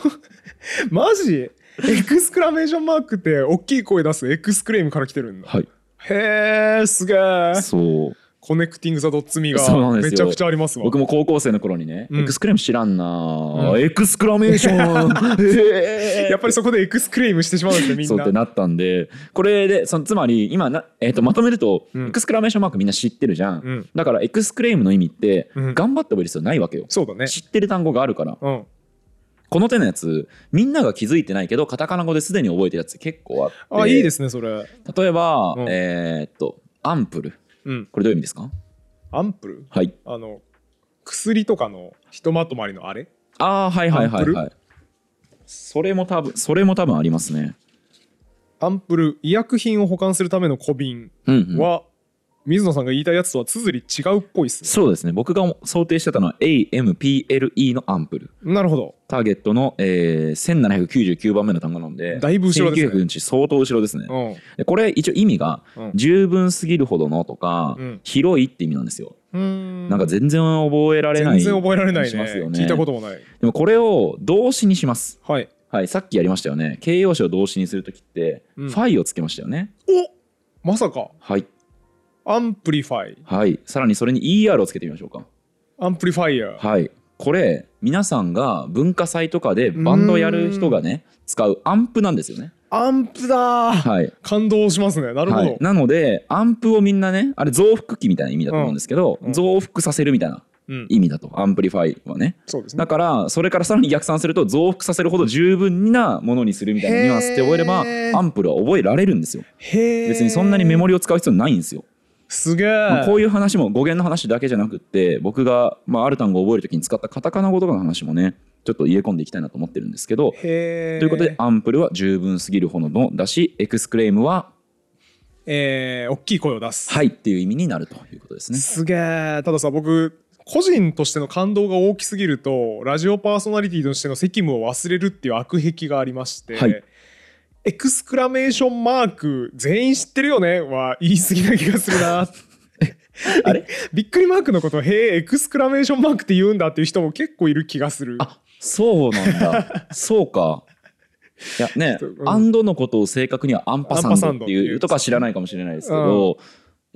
マジエクスクラメーションマークって大きい声出すエクスクレームから来てるんだはいへえすげえそうコネクティング・ザ・ドッツ・ミそうながんですよめちゃくちゃありますわ僕も高校生の頃にね、うんエクスクレーム知らんな、うんエクスクラメーシ <laughs> ョンえーやっぱりそこでエクスクレームしてしまうんですよみそんうってな。なったんでこれでそのつまり今な、えー、とまとめると、うんエクスクラメーションマークみんな知ってるじゃん、うんだからエクスクレームの意味って、うん頑張って覚える必要ないわけよ、そうだね。知ってる単語があるからうん。この手のやつみんなが気づいてないけどカタカナ語ですでに覚えてるやつ結構あってあ、いいですねそれ。例えば、うんえーっとアンプルうん。これどういう意味ですかアンプル？はいあの薬とかのひとまとまりのあれ？ああはいはいはアンいプはいそれも多分それも多分ありますねアンプル医薬品を保管するための小瓶うん、うん、は、水野さんが言いたいやつとは綴り違うっぽいっすね。そうですね僕が想定してたのは AMPLE のアンプルなるほど。ターゲットの、えー、1799番目の単語なのでだいぶ後ろですね1900日相当後ろですね、うん。でこれ一応意味がうん十分すぎるほどのとか、うん広いって意味なんですよ、うーん。なんか全然覚えられない全然覚えられないしますね。よね聞いたこともない。でもこれを動詞にしますはい。はい、さっきやりましたよね形容詞を動詞にするときって、うんファイをつけましたよねまさかはいアンプリファイはいさらにそれに ER をつけてみましょうかアンプリファイヤーはいこれ皆さんが文化祭とかでバンドやる人がね使うアンプなんですよねアンプだーはい感動しますねなるほはど、い、なのでアンプをみんなねあれ増幅器みたいな意味だと思うんですけど、うんうん増幅させるみたいなうん意味だとアンプリファイはねそうですねだからそれからさらに逆算すると増幅させるほど十分なものにするみたいなニュアンスって覚えればへーアンプルは覚えられるんですよへえ別にそんなにメモリを使う必要ないんですよ、すげえ、まあこういう話も語源の話だけじゃなくって僕が、まあ、ある単語を覚えるときに使ったカタカナ語とかの話もねちょっと入れ込んでいきたいなと思ってるんですけどへえということでアンプルは十分すぎるほどのだしエクスクレームはえー、大きい声を出す、はいっていう意味になるということですねすげえたださ僕個人としての感動が大きすぎるとラジオパーソナリティとしての責務を忘れるっていう悪癖がありまして、はいエクスクラメーションマーク全員知ってるよねは言い過ぎな気がするな <laughs> あれ <laughs> びっくりマークのことへえエクスクラメーションマークって言うんだっていう人も結構いる気がするあそうなん <laughs> だそうかいやねちょっとうんアンドのことを正確にはアンパサアンパンサドンっドていうとか知らないかもしれないですけど、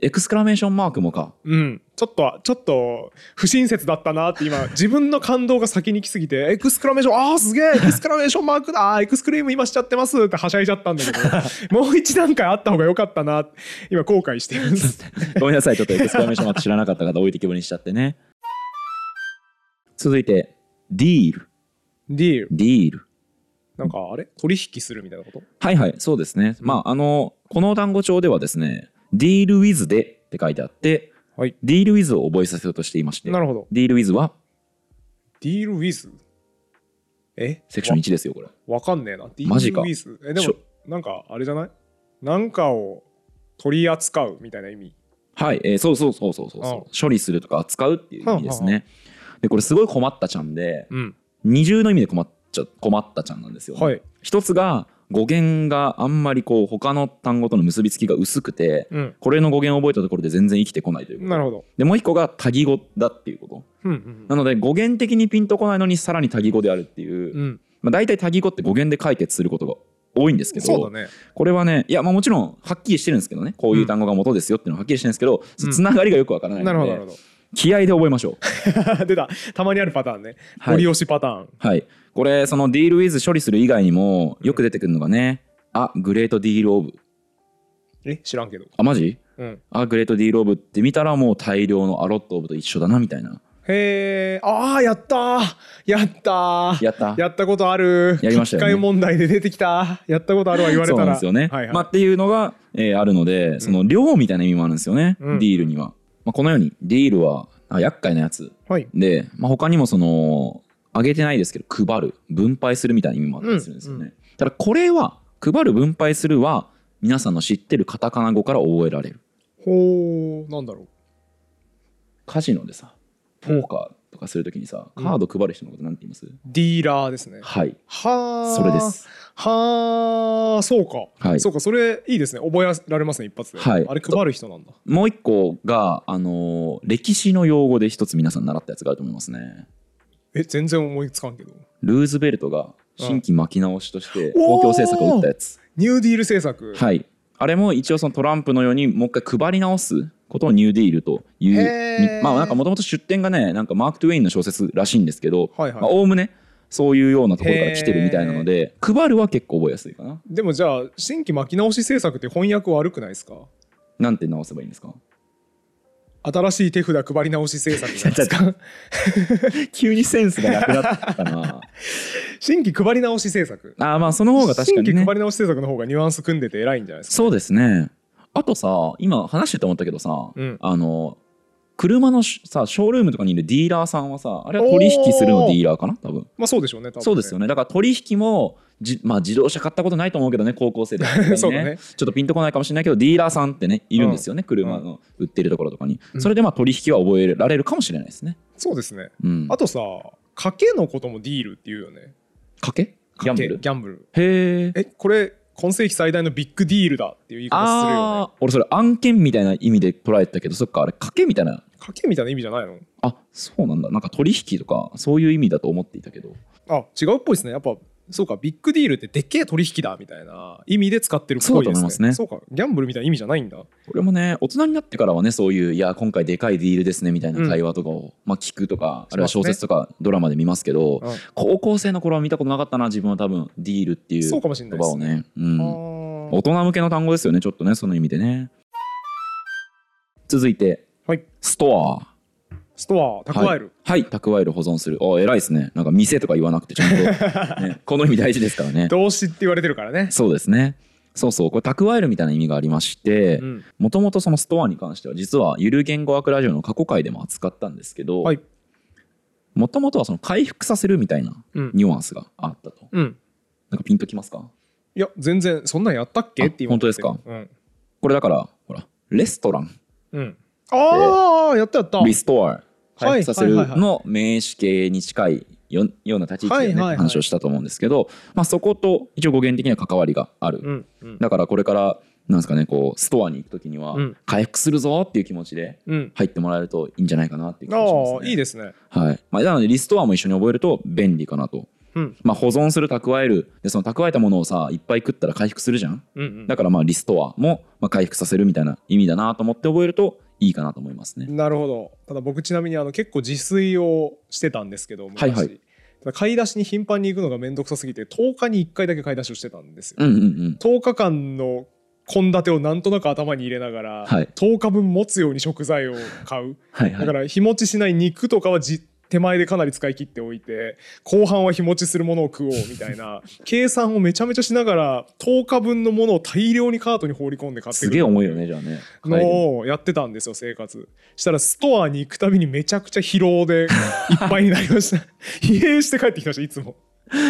エクスクラメーションマークもかうんちょっとちょっと不親切だったなっ <laughs> て今自分の感動が先に来すぎてエクスクラメーションあ <laughs> ーすげえエクスクラメーションマークだあーエクスクレーム今しちゃってますってはしゃいじゃったんだけ <laughs> どもう一段階あった方が良かったな今後悔しています <laughs> ごめんなさいちょっとエクスクラメーションマーク知らなかった <laughs> 方置いてきぼりにしちゃってね続いてディールディールディールなんかあれ取引するみたいなことはいはいそうですね、まああのこの単語帳ではですねディールウィズでって書いてあって、はいディールウィズを覚えさせようとしていましてなるほどディールウィズはディールウィズえセクション1ですよこれわわかんねえなディマジールかウィズえでしょもなんかあれじゃないなんかを取り扱うみたいな意味はい、えーそうそうそうそうそうそう処理するとか扱うっていう意味ですはね。でこれすごい困ったちゃんでうん二重の意味で困っちゃ困ったちゃんなんですよ、ねはい一つが語源があんまりこう他の単語との結びつきが薄くてうんこれの語源を覚えたところで全然生きてこないということなるほどでもう一個が多義語だっていうことうんうんなので語源的にピンとこないのにさらに多義語であるっていう、うんまあ、大体多義語って語源で解決することが多いんですけどそうだねこれはねいやまあもちろんはっきりしてるんですけどねこういう単語が元ですよっていうのははっきりしてるんですけど、そのつながりがよくわからないのなで、るほどなるほど気合で覚えましょう。 <laughs> <laughs> 出たたまにあるパターンね、はい折り押しパターンはい、これそのディールウィズ処理する以外にもよく出てくるのがね「あグレートディールオブ」え知らんけど、あマジうん、あグレートディールオブって見たらもう大量のアロットオブと一緒だなみたいなへえああやったーやったーやったやったことあるやりましたよね機械問題で出てきたやったこと <laughs> あるわ言われそたうらなんですよね、はいはいまあ、っていうのが、えーあるのでその量みたいな意味もあるんですよね、うんディールには、まあ、このようにディールはあ厄介なやつはいで、まあ、他にもその上げてないですけど配る分配するみたいな意味もあったりするんですよね、うんただこれは配る分配するは皆さんの知ってるカタカナ語から覚えられるほうなんだろカジノでさポーカーとかするときにさうんカード配る人のことなんて言います、うディーラーですねはいはあそれですはあそうか、はいそうかそれいいですね覚えられますね一発で、はいあれ配る人なんだもう一個が、あのー歴史の用語で一つ皆さん習ったやつがあると思いますねえ全然思いつかんけどルーズベルトが新規巻き直しとしてうん公共政策を打ったやつ、ニューディール政策はいあれも一応そのトランプのようにもう一回配り直すことをニューディールというへーにまあなんかもともと出典がねなんかマーク・トゥウェインの小説らしいんですけどはいはいまあおおむねそういうようなところから来てるみたいなので配るは結構覚えやすいかなでもじゃあ新規巻き直し政策って翻訳悪くないですかなんて直せばいいんですか新しい手札配り直し政策じゃないで <laughs> すか急にセンスがなくなったな新規配り直し政策 <laughs> あーまあその方が確か新に規ね配り直し政策の方がニュアンス組んでて偉いんじゃないですかそうですねあとさ今話してて思ったけどさ、うんあの車のしさショールームとかにいるディーラーさんはさあれは取引するのおーディーラーかな多分まあそうでしょうね多分ねそうですよねだから取引もじ、まあ、自動車買ったことないと思うけどね高校生で、 <laughs> そうだねちょっとピンとこないかもしれないけどディーラーさんってねいるんですよね、車の売ってるところとかに、うんそれでまあ取引は覚えられるかもしれないですねそうですねうんあとさ賭けのこともディールっていうよね賭けギャ賭ンブけルギャンブルへええこれ今世紀最大のビッグディールだっていう言い方するよねああー俺それ案件みたいな意味で捉えてたけどそっかあれ賭けみたいな賭けみたいな意味じゃないのあそうなんだなんか取引とかそういう意味だと思っていたけどあ違うっぽいですねやっぱそうかビッグディールってでっけえ取引だみたいな意味で使ってるっぽいそうだとですね思いますねそうかギャンブルみたいな意味じゃないんだこれもね大人になってからはねそういういや今回でかいディールですねみたいな会話とかを、まあ、聞くとかあるいは小説とかドラマで見ますけどうん高校生の頃は見たことなかったな自分は多分ディールっていうそう言かもしれないで葉すをね、うん、あー大人向けの単語ですよねちょっとねその意味でね続いて、はいストアストア蓄える、はい蓄える保存するお偉いですねなんか店とか言わなくてち <laughs> ゃんと、ね、この意味大事ですからね動詞って言われてるからね、そうですねそうそうこれ蓄えるみたいな意味がありましてうんもともとそのストアに関しては実はゆる言語学ラジオの過去回でも扱ったんですけどはいもともとはその回復させるみたいなうんニュアンスがあったとうん、なんかピンときますかいや全然そんなんやったっけあって今思って本当うん、これだからほらレストランうん、ああやったやったリストアはい回復させるはいはいはいの名詞形に近いよような立ち位置で、ねはいはいはい話をしたと思うんですけど、まあ、そこと一応語源的には関わりがある、うんうんだからこれからなんですかねこうストアに行く時にはうん回復するぞっていう気持ちでうん入ってもらえるといいんじゃないかなっていう気あがします、あね、いいですねはいまあ、なのでリストアも一緒に覚えると便利かなと、うんまあ、保存する蓄えるでその蓄えたものをさいっぱい食ったら回復するじゃんうんうんだからまあリストアもまあ回復させるみたいな意味だなと思って覚えるといいかなと思いますねなるほどただ僕ちなみにあの結構自炊をしてたんですけど昔、はいはいただ買い出しに頻繁に行くのが面倒くさすぎて10日に1回だけ買い出しをしてたんですよ、うんうんうん10日間の献立をなんとなく頭に入れながら、はい10日分持つように食材を買うはいはだいから日持ちしない肉とかはじ手前でかなり使い切っておいて後半は日持ちするものを食おうみた <laughs> いな計算をめちゃめちゃしながら10日分のものを大量にカートに放り込んで買ってすくげるえ重いよねじゃあね帰りのをやってたんですよ生活したらストアに行くたびにめちゃくちゃ疲 <laughs> 労でいっぱいになりました疲弊して帰ってきましたいつも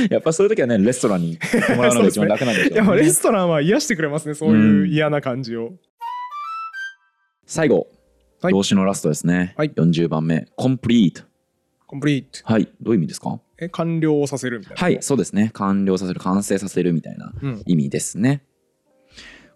やっぱそういう時はねレストランに行って <laughs> もらうのが一番楽なんでしょういねやまあレストランは癒してくれますねそういう嫌な感じを、最後、はい動詞のラストですね、はい40番目「complete コンプリート」はいどういう意味ですかえ完了をさせるみたいなはいそうですね完了させる完成させるみたいなうん意味ですね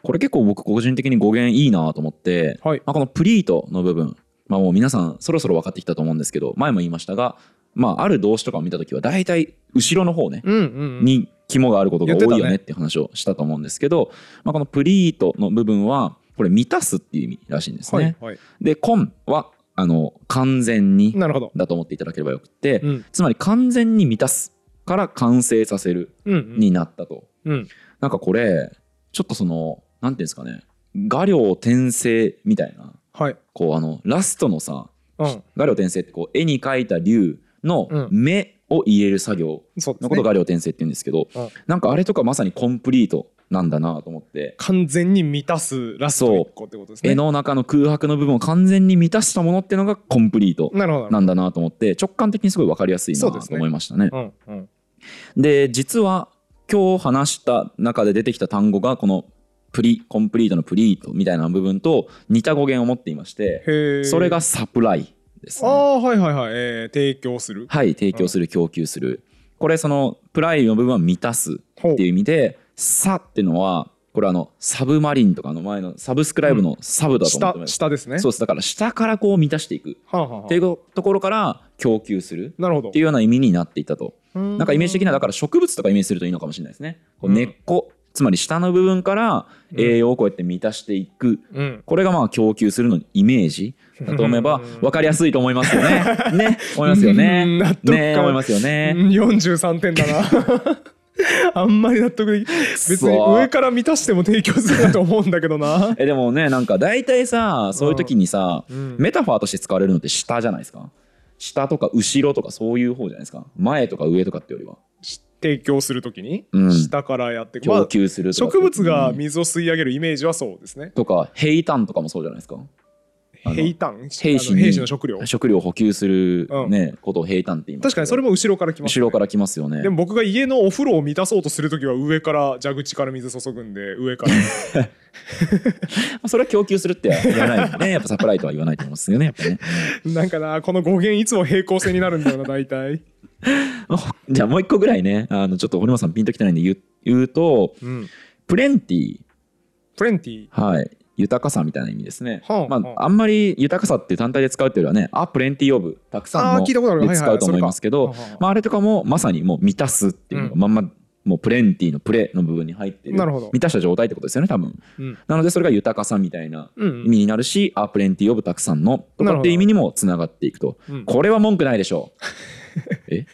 これ結構僕個人的に語源いいなと思って、はいまあ、この「プリート」の部分まあもう皆さんそろそろ分かってきたと思うんですけど前も言いましたがまあある動詞とかを見た時は大体後ろの方ねうんうんうんに肝があることが言って多たいねよねっていう話をしたと思うんですけど、まあ、このプリートの部分はこれ満たすっていう意味らしいんですね。はいはいでコンはあの完全になるほどだと思っていただければよくて、うんつまり完全に満たすから完成させるうんうんになったと、うんなんかこれちょっとそのなんていうんですかね画量転生みたいなはいこうあのラストのさうん画量転生ってこう絵に描いた竜のうん目を入れる作業、そうでのこすとねが画量転生って言うんですけど、うんなんかあれとかまさにコンプリートなんだなと思って、完全に満たすラスト1個ってことです絵ねの中の空白の部分を完全に満たしたものっていうのがコンプリートなるほどなるなんだなと思って直感的にすごい分かりやすいなそうですとね思いましたね。でほどうんうん実は今日話した中で出てきた単語がこのプリコンプリートのプリートみたいな部分と似た語源を持っていましてへえそれがサプライです、あね。あはいはいはい、えー、提供するはい提供する供給するこれそのプライの部分は満たすほうっていう意味で「サ」っていうのはこれあのサブマリンとかの前のサブスクライブのサブだと思っ下てます、下ですねそうですだから下からこう満たしていくっはあはあはあていうところから供給するなるほどっていうような意味になっていたとななんかイメージ的にはだから植物とかイメージするといいのかもしれないですねこううん根っこ、つまり下の部分からうん栄養をこうやって満たしていくうん、これがまあ供給するのイメージだと思えばうん分かりやすいと思いますよ <laughs> ねね思いますようんね納得感ね思いますよねうん43点だな <laughs> あんまり納得でき別にそう、上から満たしても提供するなと思うんだけど <laughs> なえでもねなんか大体さそういう時にさ、うんメタファーとして使われるのって下じゃないですか下とか後ろとかそういう方じゃないですか前とか上とかってよりは提供するときにうん下からやっていく、ま供あ、給するとかってい植う物時に、が水を吸い上げるイメージはそうですねとか平坦とかもそうじゃないですかあの平坦兵士あにの兵士の食料食料を補給する、うんねことを平坦って言いますけ確どかにそれも後ろから来ます、後ろから来ますよねでも僕が家のお風呂を満たそうとするときは上から蛇口から水注ぐんで <laughs> 上からそれは供給するっては言わないよ <laughs> ねやっぱサプライとは言わないと思いますよねやっぱねなんかなこの語源いつも平行線になるんだよな大体、じゃあもう一個ぐらいねあのちょっと堀本さんピンときてないんで言う言うとうん、プレンティプレンティはい、豊かさみたいな意味ですね。はまあはあ、あんまり豊かさって単体で使うっていうよりはね、アプレンティオブ、たくさんあーの聞いたことあるではいはい使うと思いますけどそれかはあはあ、まああれとかもまさにもう満たすっていうのがうんまんまもうプレンティのプレの部分に入ってるなるほど満たした状態ってことですよね多分うんなのでそれが豊かさみたいなうん意味になるし、アープレンティオブたくさんのとなかるほっどていう意味にもつながっていくとうんこれは文句ないでしょうえ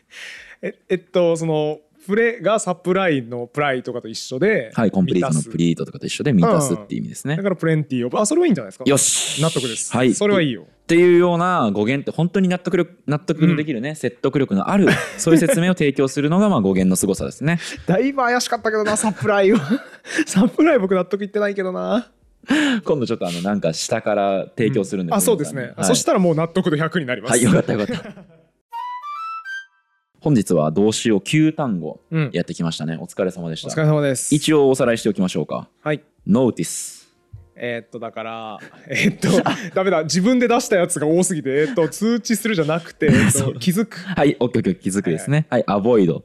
ええっとそのプレがサプライのプライとかと一緒で、はいコンプリートの満たすプリートとかと一緒で満たすっていう意味ですねだからプレンティーをあそれはいいんじゃないですかよし納得です、はい、それはいっいよていうような語源って本当に納得力納得のできるね、説得力のあるそういう説明を提供するのがまあ語源の凄さですね。だいぶ怪しかったけどなサプライは <laughs> サプライ僕納得いってないけどな今度ちょっとあのなんか下から提供するんで、あそうですね、はい、そしたらもう納得度100になりますはいよかったよかった。本日は動詞を9単語うんやってきましたね。お疲れ様でしお疲た。れ様です一応おさらいしておきましょうか。はい Notice。えーっとだから <laughs> えーっとダメだ自分で出したやつが多すぎてえーっと通知するじゃなくて、え <laughs> ーっと気づく、はい、OK、OK、気づくですね。はい、Avoid。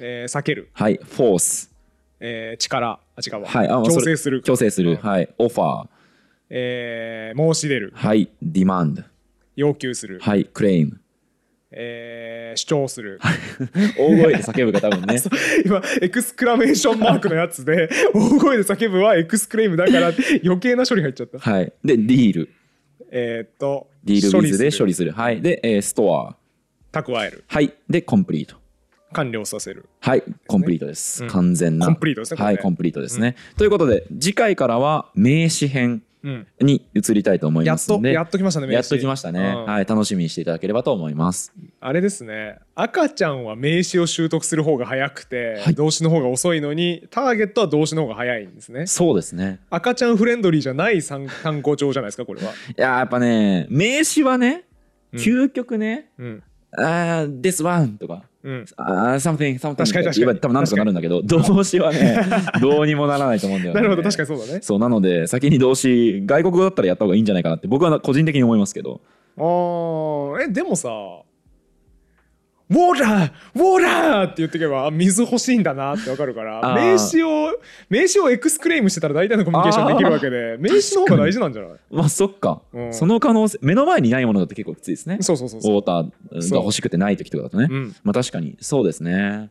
えー避ける、はい、Force。えー力あ違うわ、はい、あ強それ制する強制する。はい、Offer。えー申し出るはい、Demand。要求する、はい、Claim。 <laughs> えー主張する、大声で叫ぶか多分ね。 <laughs> 今エクスクラメーションマークのやつで大声で叫ぶはエクスクレームだから余計な処理入っちゃったはい。で、ディール。えーっとディールウィズで処理理する。はい。で、えー、ストア。蓄えるはい。で、コンプリート。完了させるはい。コンプリートです。うん完全な。コンプリートですねはい。これねコンプリートですね。ということで、次回からは名詞編うんに移りたいと思いやまっすのとで、やっときましたねやっときましたね。うんはい。楽しみにしていただければと思います。あれですね赤ちゃんは名詞を習得する方が早くて、はい動詞の方が遅いのにターゲットは動詞の方が早いんですねそうですね。赤ちゃんフレンドリーじゃない参単語帳じゃないですかこれ <laughs> は、いやー、やっぱね、名詞はね、うん究極ね、うんあー、this one とか、うん、あー、something, something 確かに確かに言えば多分なんとかなるんだけど、動詞は <laughs> ね、どうにもならないと思うんだよね。なるほど確かにそうだねそうなので先に動詞外国語だったらやった方がいいんじゃないかなって僕は個人的に思いますけどあーえでもさ「ウォーラーウォーラー!」って言ってけばあ水欲しいんだなってわかるからあー名詞を名詞をエクスクレームしてたら大体のコミュニケーションできるわけで名詞の方が大事なんじゃない、まあそっか、うんその可能性目の前にないものだって結構きついですねそうそうそうウそうォーターが欲しくてない時とかだとね、うんまあ確かにそうですね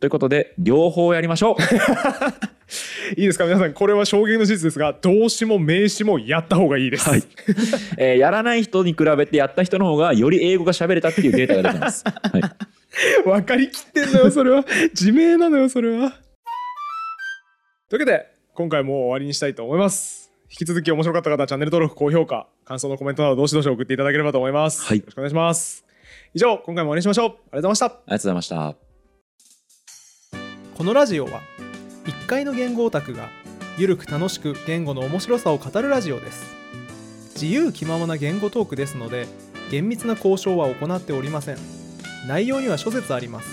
ということで両方やりましょ <laughs> ういいですか皆さんこれは衝撃の事実ですが動詞も名詞もやった方がいいです、 <laughs> はいえーやらない人に比べてやった人の方がより英語が喋れたっていうデータが出てます、はい、分かりきってんのよそれは自明なのよそれはというわけで今回もう終わりにしたいと思います引き続き面白かった方はチャンネル登録高評価感想のコメントなどどしどし送っていただければと思います、はいよろしくお願いします以上今回も終わりにしましょうありがとうございましたありがとうございましたこのラジオは1階の言語オタクがゆるく楽しく言語の面白さを語るラジオです自由気ままな言語トークですので厳密な交渉は行っておりません内容には諸説あります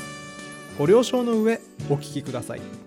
ご了承の上お聞きください